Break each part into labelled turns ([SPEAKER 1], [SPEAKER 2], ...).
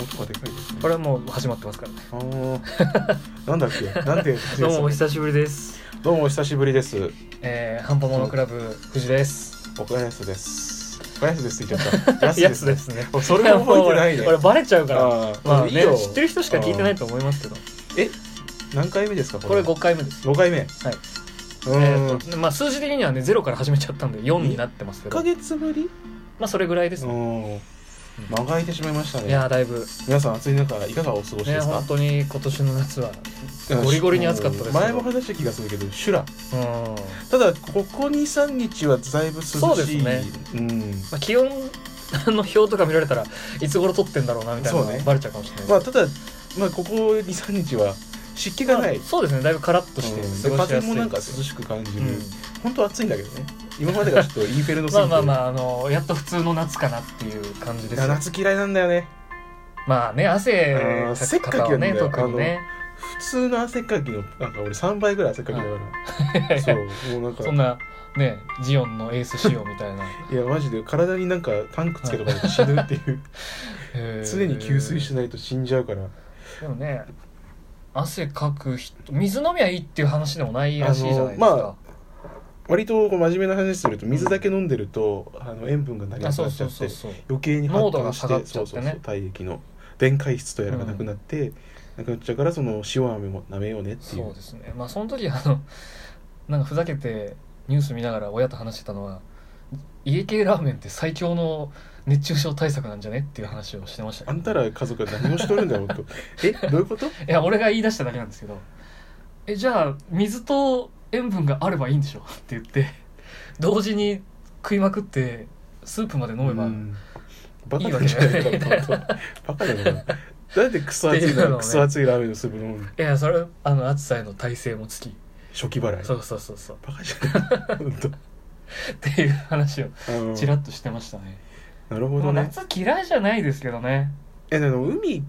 [SPEAKER 1] 音がでかいですね
[SPEAKER 2] これはもう始まってますからね
[SPEAKER 1] あーなんだっ けなんて
[SPEAKER 2] どうもお
[SPEAKER 1] ど
[SPEAKER 2] 久しぶりです
[SPEAKER 1] うもお久しぶりです
[SPEAKER 2] えー、ハンパモノクラブ藤です
[SPEAKER 1] 岡安です岡安ですって言っち ゃった安
[SPEAKER 2] やつですね
[SPEAKER 1] おそれも覚えてないね
[SPEAKER 2] これバレちゃうから
[SPEAKER 1] あー
[SPEAKER 2] まあ
[SPEAKER 1] いい
[SPEAKER 2] ね
[SPEAKER 1] よ
[SPEAKER 2] 知ってる人しか聞いてないと思いますけど
[SPEAKER 1] 何回目ですか
[SPEAKER 2] これ5回目です
[SPEAKER 1] 5回目はい
[SPEAKER 2] え
[SPEAKER 1] うん、
[SPEAKER 2] ーとまあ数字的にはねゼロから始めちゃったんで4になってますけ
[SPEAKER 1] 1
[SPEAKER 2] ど
[SPEAKER 1] ヶ月ぶり
[SPEAKER 2] まあそれぐらいです
[SPEAKER 1] う
[SPEAKER 2] ね
[SPEAKER 1] ん間が空いてしまいました
[SPEAKER 2] い
[SPEAKER 1] ね
[SPEAKER 2] やーだいぶ
[SPEAKER 1] 皆さん暑い中いかがお過ごし
[SPEAKER 2] ね
[SPEAKER 1] ですか
[SPEAKER 2] 本当に今年の夏はゴリゴリに暑かったですけど
[SPEAKER 1] 前も話した気がするけど修羅
[SPEAKER 2] うん、
[SPEAKER 1] ただここ23日はだいぶ涼しい
[SPEAKER 2] そうですね
[SPEAKER 1] うん
[SPEAKER 2] まあ、気温の表とか見られたらいつ頃撮ってんだろうなみたいなの
[SPEAKER 1] そう
[SPEAKER 2] が
[SPEAKER 1] ね
[SPEAKER 2] バレちゃうかもしれない
[SPEAKER 1] まあただ、まあ、ここ23日は湿気がない、
[SPEAKER 2] まあそうですねだいぶカラッと
[SPEAKER 1] と
[SPEAKER 2] し
[SPEAKER 1] しててで
[SPEAKER 2] 過ごしや
[SPEAKER 1] 風
[SPEAKER 2] すい
[SPEAKER 1] もなんか涼しく感じる、本当暑いんだけどね今までがちょっとインフェル
[SPEAKER 2] う
[SPEAKER 1] ノ
[SPEAKER 2] ん
[SPEAKER 1] すぎ
[SPEAKER 2] まあ
[SPEAKER 1] て
[SPEAKER 2] まあまああのやっと普通の夏かなっていう感じ
[SPEAKER 1] い
[SPEAKER 2] です
[SPEAKER 1] や
[SPEAKER 2] よ
[SPEAKER 1] 夏嫌いなんだよね
[SPEAKER 2] まあね汗
[SPEAKER 1] あー
[SPEAKER 2] かく方はね
[SPEAKER 1] せっかき
[SPEAKER 2] 特
[SPEAKER 1] なんだよ
[SPEAKER 2] にね
[SPEAKER 1] 普通の汗っかきのなんか俺3倍ぐらい汗っかきだから、そうもうなんか
[SPEAKER 2] そんなねジオンのエース仕様みたいな
[SPEAKER 1] いやマジで体になんかタンクつけとかないと死ぬってい う、 常に給水し
[SPEAKER 2] い
[SPEAKER 1] ないと死んじゃうから
[SPEAKER 2] でもね汗かく人水飲みはいいっていう話でもないらしいじゃないです
[SPEAKER 1] あ
[SPEAKER 2] か
[SPEAKER 1] の割とこう真面目な話すると水だけ飲んでるとあの塩分がなり
[SPEAKER 2] あ
[SPEAKER 1] なく
[SPEAKER 2] そ
[SPEAKER 1] な
[SPEAKER 2] う
[SPEAKER 1] っち
[SPEAKER 2] そ
[SPEAKER 1] ゃ
[SPEAKER 2] う
[SPEAKER 1] っ
[SPEAKER 2] そ
[SPEAKER 1] て
[SPEAKER 2] うそう
[SPEAKER 1] 余計に発汗して
[SPEAKER 2] 濃度が下がっちゃって
[SPEAKER 1] そうそ
[SPEAKER 2] ね
[SPEAKER 1] うそう体液の電解質とやらがなくなって、なくなっちゃうからその塩飴も舐めようねってい
[SPEAKER 2] そう
[SPEAKER 1] う
[SPEAKER 2] ですねまあその時あの なんかふざけてニュース見ながら親と話してたのは家系ラーメンって最強の熱中症対策なんじゃねっていう話をしてましたけど
[SPEAKER 1] あんたら家族は何をしとるんだよ とえどういうこと
[SPEAKER 2] いや俺が言い出しただけなんですけどえじゃあ水と塩分があればいいんでしょ って言って同時に食いまくってスープまで飲めば、
[SPEAKER 1] うんバカなんじゃないかと思ったバカなのかななんでクソ熱
[SPEAKER 2] っ
[SPEAKER 1] い
[SPEAKER 2] てい
[SPEAKER 1] う
[SPEAKER 2] の
[SPEAKER 1] な
[SPEAKER 2] をね
[SPEAKER 1] クソ熱いラーメンのスープ飲むの
[SPEAKER 2] いやそれあの暑さへの耐性もつき、
[SPEAKER 1] 初期払い
[SPEAKER 2] そうそうそうそう
[SPEAKER 1] バカじゃない本当
[SPEAKER 2] っていう話を
[SPEAKER 1] あの
[SPEAKER 2] ちらっとしてましたね、
[SPEAKER 1] なるほ
[SPEAKER 2] ま
[SPEAKER 1] ど
[SPEAKER 2] あ
[SPEAKER 1] ね
[SPEAKER 2] 夏嫌いじゃないですけどね
[SPEAKER 1] えでも海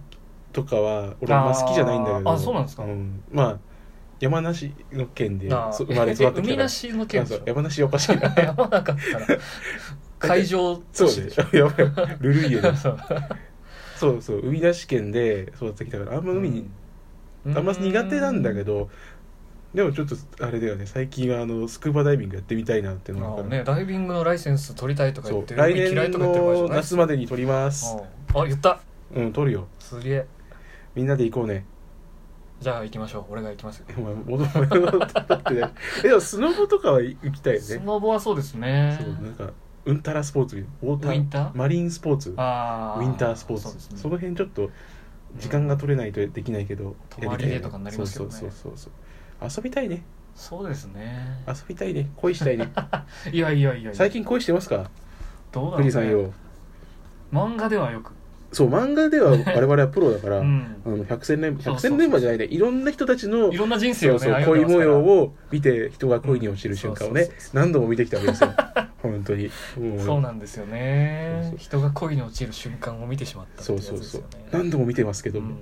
[SPEAKER 1] とかは俺あんま好きじゃないんだけど
[SPEAKER 2] あーあそうなんですか
[SPEAKER 1] まあ山梨の県で
[SPEAKER 2] なあ
[SPEAKER 1] そ生まれ育ってきた
[SPEAKER 2] 海
[SPEAKER 1] から
[SPEAKER 2] なしの県でし
[SPEAKER 1] あそう
[SPEAKER 2] ょ
[SPEAKER 1] 山梨おかしい な
[SPEAKER 2] 山な かったら海上
[SPEAKER 1] そ
[SPEAKER 2] 都
[SPEAKER 1] う
[SPEAKER 2] 市
[SPEAKER 1] で
[SPEAKER 2] でし
[SPEAKER 1] し
[SPEAKER 2] ょ
[SPEAKER 1] ょやばいルルイエだ
[SPEAKER 2] そう
[SPEAKER 1] そうそう海なし県で育ってきたからあんま海に、
[SPEAKER 2] うん
[SPEAKER 1] あんま苦手なんだけどでもちょっとあれだよね最近あのスクーバダイビングやってみたいなっての
[SPEAKER 2] あ
[SPEAKER 1] が
[SPEAKER 2] あ
[SPEAKER 1] あるから
[SPEAKER 2] ね、ダイビングのライセンス取りたいとか
[SPEAKER 1] そ
[SPEAKER 2] 言っ
[SPEAKER 1] う
[SPEAKER 2] て
[SPEAKER 1] 来
[SPEAKER 2] 海嫌
[SPEAKER 1] 年
[SPEAKER 2] いとか言ってる場合じゃ
[SPEAKER 1] の
[SPEAKER 2] ないです
[SPEAKER 1] 夏までに撮ります
[SPEAKER 2] うんあ言った
[SPEAKER 1] うん撮るよ
[SPEAKER 2] すげえ
[SPEAKER 1] みんなで行こうね
[SPEAKER 2] じゃあ行きましょう俺が行きますよ
[SPEAKER 1] お前戻 ってねえでもスノボとかは行きたいよ
[SPEAKER 2] ス
[SPEAKER 1] ね
[SPEAKER 2] ノボはそうですね
[SPEAKER 1] そうなんかうんたらスポーツウォーター
[SPEAKER 2] ウィンター
[SPEAKER 1] マリンスポーツウ
[SPEAKER 2] あ
[SPEAKER 1] ィンタースポーツ
[SPEAKER 2] そ
[SPEAKER 1] そ,、
[SPEAKER 2] うですね
[SPEAKER 1] の辺ちょっと時間が取れないとできないけど、
[SPEAKER 2] 泊まりでとかになりますよね
[SPEAKER 1] そうそうそうそう遊びたいね
[SPEAKER 2] そうですね
[SPEAKER 1] 遊びたいね恋したい ね
[SPEAKER 2] いやいやいやいや
[SPEAKER 1] 最近恋してますか
[SPEAKER 2] どうだろう
[SPEAKER 1] ク
[SPEAKER 2] ね
[SPEAKER 1] リさんよ
[SPEAKER 2] 漫画ではよく
[SPEAKER 1] そう漫画で は我々はプロだから、
[SPEAKER 2] うん
[SPEAKER 1] あの百戦錬
[SPEAKER 2] そう
[SPEAKER 1] 百
[SPEAKER 2] そうそ
[SPEAKER 1] 戦
[SPEAKER 2] う
[SPEAKER 1] 錬磨じゃないでいろんな人たちの
[SPEAKER 2] いろんな人生
[SPEAKER 1] そ
[SPEAKER 2] を
[SPEAKER 1] う
[SPEAKER 2] ね
[SPEAKER 1] そう
[SPEAKER 2] 歩
[SPEAKER 1] 恋
[SPEAKER 2] んでます
[SPEAKER 1] 模
[SPEAKER 2] から
[SPEAKER 1] 様を見て人が恋に落ちる瞬間を
[SPEAKER 2] うん
[SPEAKER 1] ね
[SPEAKER 2] そうそうそう
[SPEAKER 1] 何度も見てきたわけです よ本当にも
[SPEAKER 2] そうなんですよね
[SPEAKER 1] そうそう
[SPEAKER 2] 人が恋に落ちる瞬間を見てしまったって
[SPEAKER 1] そ
[SPEAKER 2] い
[SPEAKER 1] う
[SPEAKER 2] うやつ
[SPEAKER 1] そう
[SPEAKER 2] です
[SPEAKER 1] そ
[SPEAKER 2] よ
[SPEAKER 1] う
[SPEAKER 2] ね
[SPEAKER 1] 何度も見てますけど、
[SPEAKER 2] うん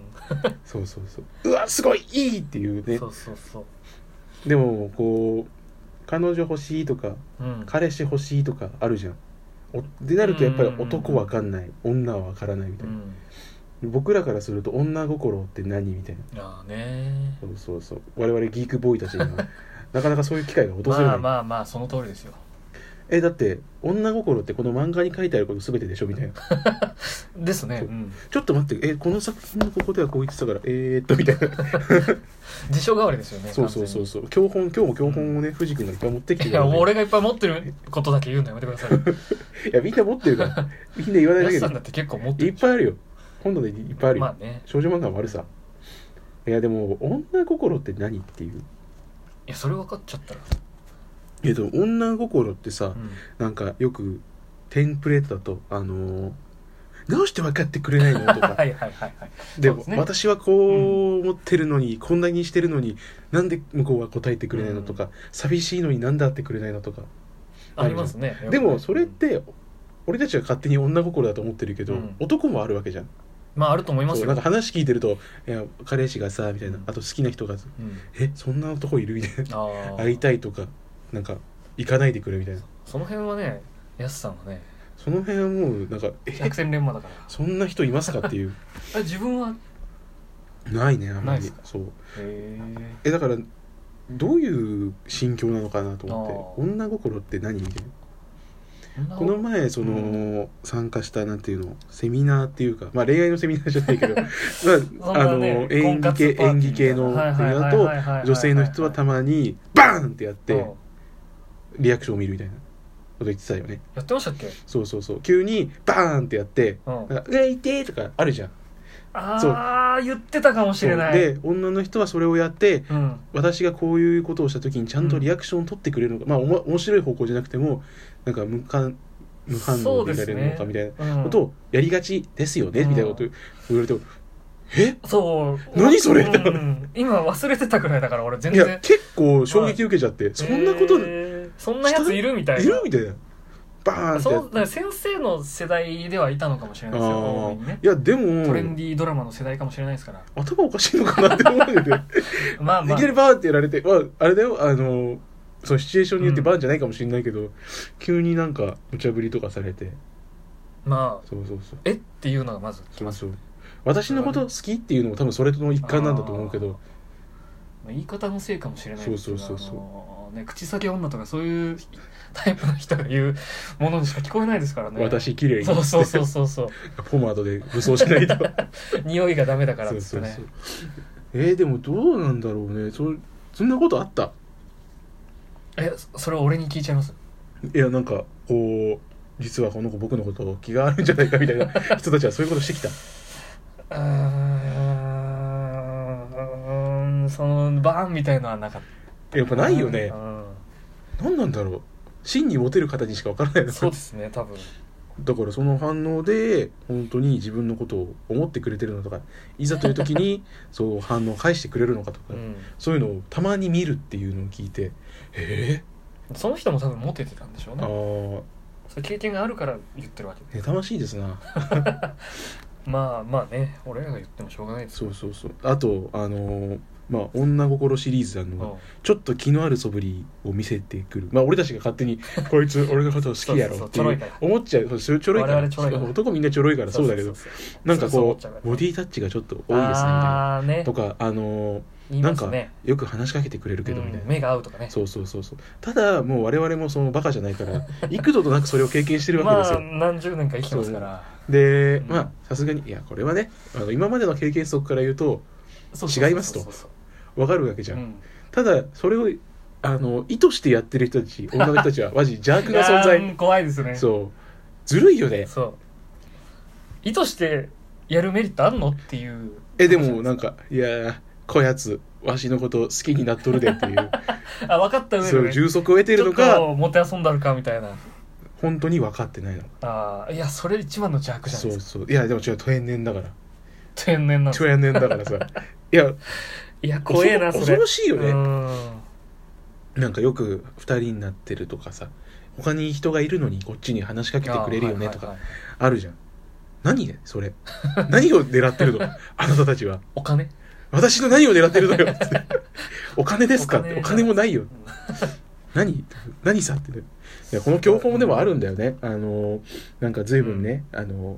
[SPEAKER 1] そうそうそううわすごいいいっていうね
[SPEAKER 2] そうそうそう
[SPEAKER 1] でもこう彼女欲しいとか
[SPEAKER 2] うん
[SPEAKER 1] 彼氏欲しいとかあるじゃんおでなるとやっぱり男わかんない女はわからないみた
[SPEAKER 2] う
[SPEAKER 1] いな、
[SPEAKER 2] ん
[SPEAKER 1] 僕らからすると女心って何みたいな
[SPEAKER 2] ああね
[SPEAKER 1] そうそうそう我々ギークボーイた ちにはなかなかそういう機会が訪れない、
[SPEAKER 2] まあまあまあその通りですよ
[SPEAKER 1] えだって女心ってこの漫画に書いてあること全てでしょみたい な
[SPEAKER 2] ですね
[SPEAKER 1] そう
[SPEAKER 2] うん
[SPEAKER 1] ちょっと待ってえこの作品のここではこう言ってたからえー、っとみたい な
[SPEAKER 2] 辞書代わりですよね
[SPEAKER 1] そうそうそう
[SPEAKER 2] 完
[SPEAKER 1] そう教本今日も教本をね藤君がいっぱい持ってき
[SPEAKER 2] 全
[SPEAKER 1] て
[SPEAKER 2] にい
[SPEAKER 1] くれたんだけど
[SPEAKER 2] や俺がいっぱい持ってることだけ言うのやめてく ださいよ
[SPEAKER 1] いやみんな持ってるから みんな言わないだ
[SPEAKER 2] や
[SPEAKER 1] け
[SPEAKER 2] す
[SPEAKER 1] で
[SPEAKER 2] さんだって結構持って
[SPEAKER 1] い
[SPEAKER 2] る
[SPEAKER 1] っぱいあるよ本土でいっぱいあるよ、
[SPEAKER 2] まあね
[SPEAKER 1] 少女漫画もあるさいやでも女心って何っていう
[SPEAKER 2] いやそれ分かっちゃったら、
[SPEAKER 1] えっと女心ってさ、
[SPEAKER 2] うん
[SPEAKER 1] なんかよくテンプレートだとあのーどうして分かってくれないのとか
[SPEAKER 2] はいはいはいはい
[SPEAKER 1] で
[SPEAKER 2] そう
[SPEAKER 1] も
[SPEAKER 2] ですね
[SPEAKER 1] 私はこう思ってるのに、こんなにしてるのになんで向こうは答えてくれないのとか、寂しいのになんで会ってくれないのとか
[SPEAKER 2] ありますね
[SPEAKER 1] でもそれって俺たちは勝手に女心だと思ってるけど、
[SPEAKER 2] うん
[SPEAKER 1] 男もあるわけじゃん
[SPEAKER 2] まああると思います
[SPEAKER 1] そう
[SPEAKER 2] よ
[SPEAKER 1] なんか話聞いてると「いや彼氏がさ」みたいな
[SPEAKER 2] うん
[SPEAKER 1] あと好きな人が「
[SPEAKER 2] うん
[SPEAKER 1] えそんなとこいる?」みたいな
[SPEAKER 2] あ
[SPEAKER 1] 「
[SPEAKER 2] ー
[SPEAKER 1] 会いたい」とかなんか「行かないでくれ」みたいな
[SPEAKER 2] その辺はねやすさんはね
[SPEAKER 1] その辺はもうなんかえ
[SPEAKER 2] 百戦錬磨だから
[SPEAKER 1] そんな人いますかっていう
[SPEAKER 2] あ自分は
[SPEAKER 1] ないねあんま
[SPEAKER 2] ないっ
[SPEAKER 1] り
[SPEAKER 2] すか
[SPEAKER 1] そう
[SPEAKER 2] へえ
[SPEAKER 1] えだからどういう心境なのかなと思って
[SPEAKER 2] あー
[SPEAKER 1] 女心って何みたいなこの前その、
[SPEAKER 2] う
[SPEAKER 1] 参加したなんていうのセミナーっていうか、まあ、恋愛のセミナーじゃないけど、ま
[SPEAKER 2] そん
[SPEAKER 1] あ、あ
[SPEAKER 2] な
[SPEAKER 1] の
[SPEAKER 2] ね
[SPEAKER 1] 演
[SPEAKER 2] 婚
[SPEAKER 1] 技
[SPEAKER 2] 活
[SPEAKER 1] 系
[SPEAKER 2] パーティー
[SPEAKER 1] 演技系のセミ
[SPEAKER 2] みたいなはい
[SPEAKER 1] ナ
[SPEAKER 2] はいはいはい
[SPEAKER 1] ー
[SPEAKER 2] はいはいはい
[SPEAKER 1] と女性の人はたまにバーンってやって
[SPEAKER 2] うん
[SPEAKER 1] リアクションを見るみたいなこと言ってたよね
[SPEAKER 2] やってましたっけ
[SPEAKER 1] そうそうそう急にバーンってやって「
[SPEAKER 2] うん
[SPEAKER 1] なんかうわ痛え!」とかあるじゃん
[SPEAKER 2] ああ言ってたかもしれない
[SPEAKER 1] そうで女の人はそれをやって
[SPEAKER 2] うん
[SPEAKER 1] 私がこういうことをした時にちゃんとリアクションを取ってくれるのか、まあおも面白い方向じゃなくてもなんか無感無反応でいられるのかみたいな
[SPEAKER 2] うん
[SPEAKER 1] ことをやりがちですよね、
[SPEAKER 2] うん
[SPEAKER 1] みたいなこと言われても「え
[SPEAKER 2] そう
[SPEAKER 1] 何それ
[SPEAKER 2] うん今忘れてたくらいだから俺全
[SPEAKER 1] いや
[SPEAKER 2] 然
[SPEAKER 1] 結構衝撃受けちゃって、そんなこといる
[SPEAKER 2] えーそんなやついるみたいな
[SPEAKER 1] みたいなバーンって
[SPEAKER 2] そ
[SPEAKER 1] や
[SPEAKER 2] うだから先生の世代ではいたのかもしれないですよ
[SPEAKER 1] あ
[SPEAKER 2] 多めにね
[SPEAKER 1] ーいやで
[SPEAKER 2] トレン
[SPEAKER 1] も
[SPEAKER 2] ディードラマの世代かもしれないですから
[SPEAKER 1] 頭おかしいのかなって思うんで、
[SPEAKER 2] まあま
[SPEAKER 1] い
[SPEAKER 2] あ
[SPEAKER 1] きなりバーンってやられて、まあ、あれだよあのそのシチュエーションによってバーンじゃないかもしれないけど、急になんか無茶ぶりとかされて
[SPEAKER 2] まあ
[SPEAKER 1] そうそうそう
[SPEAKER 2] えっていうのがまず
[SPEAKER 1] そうそう私のこと好きっていうのも多分それとの一環なんだと思うけど
[SPEAKER 2] まあ言い方のせいかもしれないですけど
[SPEAKER 1] そうそうそうそう
[SPEAKER 2] あのーね、口先女とかそういうタイプの人が言うものにしか聞こえないですからね
[SPEAKER 1] 私綺麗に
[SPEAKER 2] そうそうそうそうそう
[SPEAKER 1] フォーマードで武装し ないと
[SPEAKER 2] 匂いがダメだからっ
[SPEAKER 1] そ
[SPEAKER 2] て
[SPEAKER 1] う
[SPEAKER 2] っ
[SPEAKER 1] そう
[SPEAKER 2] てね
[SPEAKER 1] そうえー、でもどうなんだろうねそそんなことあった
[SPEAKER 2] えそそれは俺に聞いちゃいます
[SPEAKER 1] いやなんかこう実はこの子僕のことを気があるんじゃないかみたいな人たちはそういうことしてきた
[SPEAKER 2] うーんそのバーンみたいのはなかっ
[SPEAKER 1] やっぱ
[SPEAKER 2] た
[SPEAKER 1] ないよね
[SPEAKER 2] うん
[SPEAKER 1] 何なんだろう真にモテる方にしかわからないな
[SPEAKER 2] そうですね多分
[SPEAKER 1] だからその反応で本当に自分のことを思ってくれてるのとかいざという時 にそう反応を返してくれるのかとか、
[SPEAKER 2] うん
[SPEAKER 1] そういうのをたまに見るっていうのを聞いてえ
[SPEAKER 2] その人も多分モテてたんでしょう
[SPEAKER 1] ー、
[SPEAKER 2] ね
[SPEAKER 1] あ
[SPEAKER 2] そういう経験があるから言ってるわけ
[SPEAKER 1] あ妬ましいですな
[SPEAKER 2] まあまあね俺らが言ってもしょうがないです
[SPEAKER 1] そうそうそうあとあのーまあ女心シリーズなのはちょっと気のある素振りを見せてくるまあ俺たちが勝手にこい つ俺のこと好きやろって
[SPEAKER 2] そうそうそうちょろ
[SPEAKER 1] い
[SPEAKER 2] いうから
[SPEAKER 1] 思っちゃうそうちょろいから
[SPEAKER 2] 我々ちょろいから
[SPEAKER 1] そう男みんなちょろいからそうだけどなんか
[SPEAKER 2] そうそう思
[SPEAKER 1] こ
[SPEAKER 2] っちゃうから
[SPEAKER 1] う
[SPEAKER 2] ね
[SPEAKER 1] ボディタッチがちょっと多いですねみたいな
[SPEAKER 2] ああね
[SPEAKER 1] とかあのー
[SPEAKER 2] 言い
[SPEAKER 1] な
[SPEAKER 2] ま
[SPEAKER 1] ん
[SPEAKER 2] す
[SPEAKER 1] か
[SPEAKER 2] ね
[SPEAKER 1] よく話しかけてくれるけどみたい
[SPEAKER 2] うん
[SPEAKER 1] な、
[SPEAKER 2] 目が合うとかね
[SPEAKER 1] そうそうそうそうただもう我々もそのバカじゃないから 幾度となくそれを経験してるわけで
[SPEAKER 2] ますあ
[SPEAKER 1] よ、
[SPEAKER 2] 何十年か生きてますから
[SPEAKER 1] で、
[SPEAKER 2] うん
[SPEAKER 1] まあさすがにいやこれはねあの今までの経験則から言うと
[SPEAKER 2] そうそうそうそう
[SPEAKER 1] 違いますと
[SPEAKER 2] そうそう
[SPEAKER 1] わかるわけじゃん、
[SPEAKER 2] うん
[SPEAKER 1] ただそれをあの意図してやってる人た ち女の人たちはマジ邪悪な存
[SPEAKER 2] いやー
[SPEAKER 1] 在
[SPEAKER 2] 怖いですね
[SPEAKER 1] そうずるいよね
[SPEAKER 2] そう意図してやるメリットあんのっていう
[SPEAKER 1] えでもなんかいやーこやつわしのこと好きになっとるで っていう
[SPEAKER 2] あ分かった上
[SPEAKER 1] そう
[SPEAKER 2] で、
[SPEAKER 1] いう
[SPEAKER 2] ね、
[SPEAKER 1] 充足を得てるの
[SPEAKER 2] ちょっ
[SPEAKER 1] か
[SPEAKER 2] ともて遊んだるかみたいな
[SPEAKER 1] 本当に分かってないのか
[SPEAKER 2] あーいやそれ一番の邪悪じゃない
[SPEAKER 1] そ
[SPEAKER 2] で
[SPEAKER 1] う
[SPEAKER 2] すか
[SPEAKER 1] そういやでも違う天然だから
[SPEAKER 2] 天 然なんです
[SPEAKER 1] 超やねんだから さいや
[SPEAKER 2] いや怖えなそれ
[SPEAKER 1] 恐ろしいよね
[SPEAKER 2] うん
[SPEAKER 1] なんかよく二人になってるとかさ他に人がいるのにこっちに話しかけてくれるよねと
[SPEAKER 2] あー
[SPEAKER 1] か
[SPEAKER 2] はいはいはい
[SPEAKER 1] あるじゃん何ねそれ 何を狙ってるのあなたたちは
[SPEAKER 2] お金
[SPEAKER 1] 私の何を狙ってるのよって お金ですか
[SPEAKER 2] お
[SPEAKER 1] お
[SPEAKER 2] 金
[SPEAKER 1] 金もないよ何何さってねいやこの教本でもあるんだよねあのなんか随分ね、あの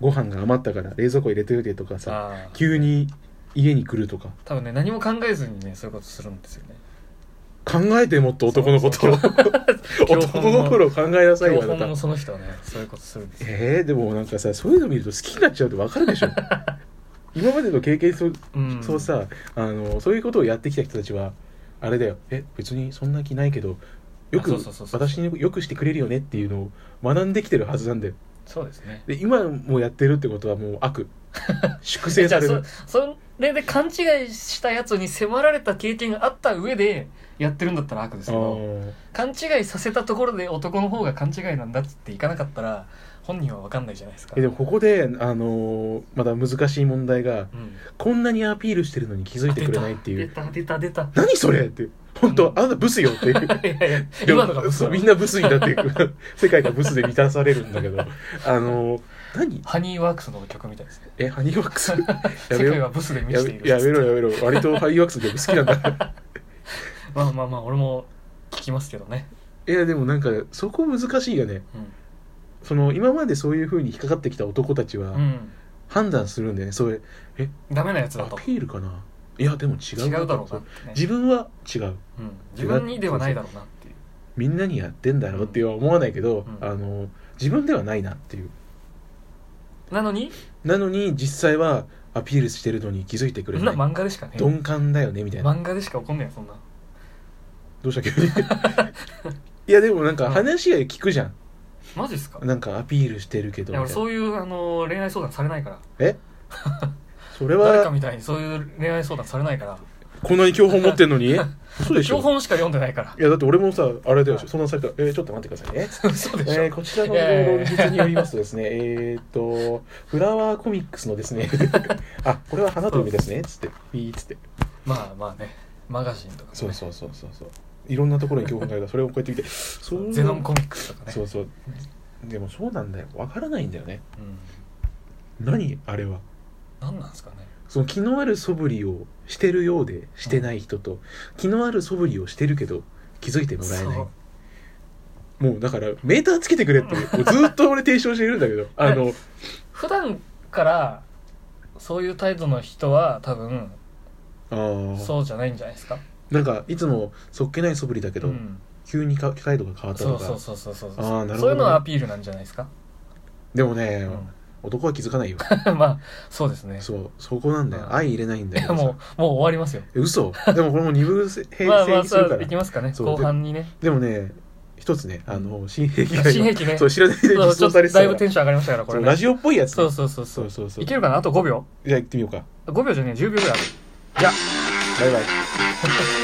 [SPEAKER 1] ご飯が余ったから冷蔵庫入れといてとかさ
[SPEAKER 2] あー
[SPEAKER 1] 急に家に来るとか
[SPEAKER 2] 多分ね何も考えずにねそういうことするんですよね
[SPEAKER 1] 考えてもっと男の ことを
[SPEAKER 2] そう
[SPEAKER 1] 男心を考えなさい
[SPEAKER 2] 標
[SPEAKER 1] よあな
[SPEAKER 2] 本の
[SPEAKER 1] た
[SPEAKER 2] その人はねそういうことするんですよ
[SPEAKER 1] えー、でもなんかさそういうの見ると好きになっちゃうってわかる でしょ今までの経験そう,、
[SPEAKER 2] うん
[SPEAKER 1] そうさあのそういうことをやってきた人たちはあれだよえ別にそんな気ないけどよ
[SPEAKER 2] あそ
[SPEAKER 1] く
[SPEAKER 2] うそうそうそう
[SPEAKER 1] 私によくしてくれるよねっていうのを学んできてるはずなんだよ
[SPEAKER 2] そうですね
[SPEAKER 1] で今もやってるってことはもう 悪粛
[SPEAKER 2] え
[SPEAKER 1] 清
[SPEAKER 2] じ
[SPEAKER 1] さ
[SPEAKER 2] ゃあ
[SPEAKER 1] れ
[SPEAKER 2] そ
[SPEAKER 1] る
[SPEAKER 2] それで勘違いしたやつに迫られた経験があった上でやってるんだったら悪です
[SPEAKER 1] あ
[SPEAKER 2] けど
[SPEAKER 1] ー
[SPEAKER 2] 勘違いさせたところで男の方が勘違いなんだっつっていかなかったら本人は分かんないじゃないですか
[SPEAKER 1] えでもここで、あのーまだ難しい問題が
[SPEAKER 2] うん
[SPEAKER 1] こんなにアピールしてるのに気づいてくれないっていう
[SPEAKER 2] 出た出た出た
[SPEAKER 1] 何それって本当あなたブスよっていう
[SPEAKER 2] いやいや 今のが嘘
[SPEAKER 1] そうみんなブスになっていく 世界がブスで満たされるんだけどあの何
[SPEAKER 2] ハニーワークスの曲みたいですね
[SPEAKER 1] えハニーワックスやめ
[SPEAKER 2] 世
[SPEAKER 1] よ
[SPEAKER 2] 界はブスで満
[SPEAKER 1] や
[SPEAKER 2] ちている
[SPEAKER 1] めやめろやめろ割とハニーワックスの曲好きなん だ
[SPEAKER 2] まあまあまあ俺も聞きますけどね
[SPEAKER 1] いやでもなんかそこ難しいよね
[SPEAKER 2] うん
[SPEAKER 1] その今までそういうふうに引っかかってきた男たち
[SPEAKER 2] う
[SPEAKER 1] は
[SPEAKER 2] ん
[SPEAKER 1] 判断するんだよね、それ
[SPEAKER 2] ダメなやつ
[SPEAKER 1] ア
[SPEAKER 2] だと
[SPEAKER 1] ピールかないやでも違う
[SPEAKER 2] 違うだろう
[SPEAKER 1] そ
[SPEAKER 2] なっ
[SPEAKER 1] う
[SPEAKER 2] てね
[SPEAKER 1] 自分は違う
[SPEAKER 2] うん自分にではないだろうなっていう
[SPEAKER 1] みんなにやってんだろうっては思わないけど、
[SPEAKER 2] うん
[SPEAKER 1] あの自分ではないなっていう
[SPEAKER 2] なのに
[SPEAKER 1] なのに実際はアピールしてるのに気づいてく
[SPEAKER 2] そ
[SPEAKER 1] れ
[SPEAKER 2] ん
[SPEAKER 1] な
[SPEAKER 2] ない漫画でしかねえ
[SPEAKER 1] 鈍感だよねみたいな
[SPEAKER 2] 漫画でしか起こんねえよそんな
[SPEAKER 1] どうした急に いやでもなんか話が聞くじゃん
[SPEAKER 2] マジっすか
[SPEAKER 1] なんかアピールしてるけど
[SPEAKER 2] いや
[SPEAKER 1] み
[SPEAKER 2] 俺
[SPEAKER 1] たいな
[SPEAKER 2] そういうあの恋愛相談されないから
[SPEAKER 1] えそれ
[SPEAKER 2] 誰か
[SPEAKER 1] は
[SPEAKER 2] みたいにそういう恋愛相談されないから
[SPEAKER 1] こんなに教本持ってんのに嘘でしょ
[SPEAKER 2] 標本しか読んでないか ら
[SPEAKER 1] いやだって俺もさあれだよ
[SPEAKER 2] はい
[SPEAKER 1] そんなされたらえーちょっと待ってくださいね
[SPEAKER 2] 嘘でしょ、
[SPEAKER 1] えーこちらの
[SPEAKER 2] いやいやいや
[SPEAKER 1] 論述によりますとですね、えーっと、フラワーコミックスのですね、 あ、これは花と海ですね、つって、ピーっつって。
[SPEAKER 2] まあまあねマガジンとか、ね、
[SPEAKER 1] そうそうそうそうそう。いろんなところに教本がある から、それをこうやって見て、そう
[SPEAKER 2] ゼノンコミックスとかね
[SPEAKER 1] そうそう。でもそうなんだよ。わからないんだよね。
[SPEAKER 2] うん、
[SPEAKER 1] 何あれは。
[SPEAKER 2] 何なんですかね
[SPEAKER 1] その気のある素振りをしてるようでしてない人と、気のある素振りをしてるけど気づいてもらえない
[SPEAKER 2] そう
[SPEAKER 1] もうだからメーターつけてくれって もうずっと俺提唱してるんだけどあの
[SPEAKER 2] 普段からそういう態度の人は多分
[SPEAKER 1] あー
[SPEAKER 2] そうじゃないんじゃないですか
[SPEAKER 1] なんかいつもそっけない素振りだけど、
[SPEAKER 2] うん、
[SPEAKER 1] 急にか態度が変わった
[SPEAKER 2] そ
[SPEAKER 1] と
[SPEAKER 2] う
[SPEAKER 1] か
[SPEAKER 2] そうそうそうそう
[SPEAKER 1] あーなるほどね
[SPEAKER 2] そういうのはアピールなんじゃないですか、
[SPEAKER 1] でもね、
[SPEAKER 2] う
[SPEAKER 1] 男は気づかないよ
[SPEAKER 2] ん、 まあそうですね
[SPEAKER 1] そうそこなんだよ
[SPEAKER 2] うん
[SPEAKER 1] 愛入れないん
[SPEAKER 2] い
[SPEAKER 1] だ
[SPEAKER 2] や
[SPEAKER 1] よ
[SPEAKER 2] もうもう終わりますよ
[SPEAKER 1] 嘘でもこれも二部制
[SPEAKER 2] まあま
[SPEAKER 1] 制
[SPEAKER 2] あ
[SPEAKER 1] にする
[SPEAKER 2] さ
[SPEAKER 1] か
[SPEAKER 2] あ
[SPEAKER 1] ら
[SPEAKER 2] いきますかね
[SPEAKER 1] そう
[SPEAKER 2] 後半にね
[SPEAKER 1] でもね一つねあの新兵器
[SPEAKER 2] 新兵器ね
[SPEAKER 1] そう知らないで
[SPEAKER 2] そ
[SPEAKER 1] 実
[SPEAKER 2] うちょ
[SPEAKER 1] 装
[SPEAKER 2] っと
[SPEAKER 1] されて
[SPEAKER 2] だ
[SPEAKER 1] た
[SPEAKER 2] い
[SPEAKER 1] か
[SPEAKER 2] ぶ
[SPEAKER 1] ら
[SPEAKER 2] テンション上がりましたからこ
[SPEAKER 1] そ
[SPEAKER 2] れ
[SPEAKER 1] う
[SPEAKER 2] ね、
[SPEAKER 1] ラジオっぽいやつね
[SPEAKER 2] そうそうそうそ
[SPEAKER 1] そううそうそう
[SPEAKER 2] いけるかなあと5秒
[SPEAKER 1] じゃあ行ってみようか
[SPEAKER 2] 5秒じゃねえ10秒ぐらいあるじゃあ
[SPEAKER 1] バイバイ